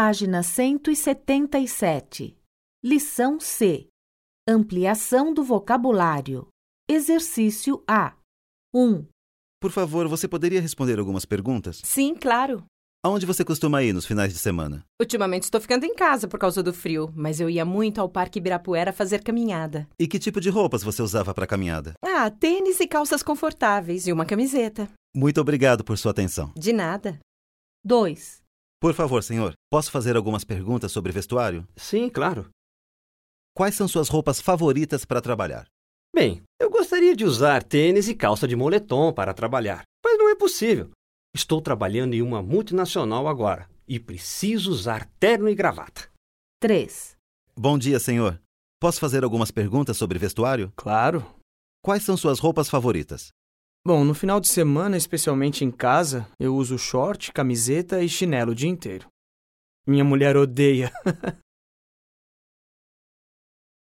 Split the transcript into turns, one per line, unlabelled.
Página 177. Lição C. Ampliação do vocabulário. Exercício A. 1.
Por favor, você poderia responder algumas perguntas?
Sim, claro.
Aonde você costuma ir nos finais de semana?
Ultimamente estou ficando em casa por causa do frio, mas eu ia muito ao Parque Ibirapuera fazer caminhada.
E que tipo de roupas você usava para caminhada?
Ah, tênis e calças confortáveis e uma camiseta.
Muito obrigado por sua atenção.
De nada.
2.
Por favor, senhor, posso fazer algumas perguntas sobre vestuário?
Sim, claro.
Quais são suas roupas favoritas para trabalhar?
Bem, eu gostaria de usar tênis e calça de moletom para trabalhar, mas não é possível. Estou trabalhando em uma multinacional agora e preciso usar terno e gravata.
3.
Bom dia, senhor. Posso fazer algumas perguntas sobre vestuário?
Claro.
Quais são suas roupas favoritas?
Bom, no final de semana, especialmente em casa, eu uso short, camiseta e chinelo o dia inteiro. Minha mulher odeia.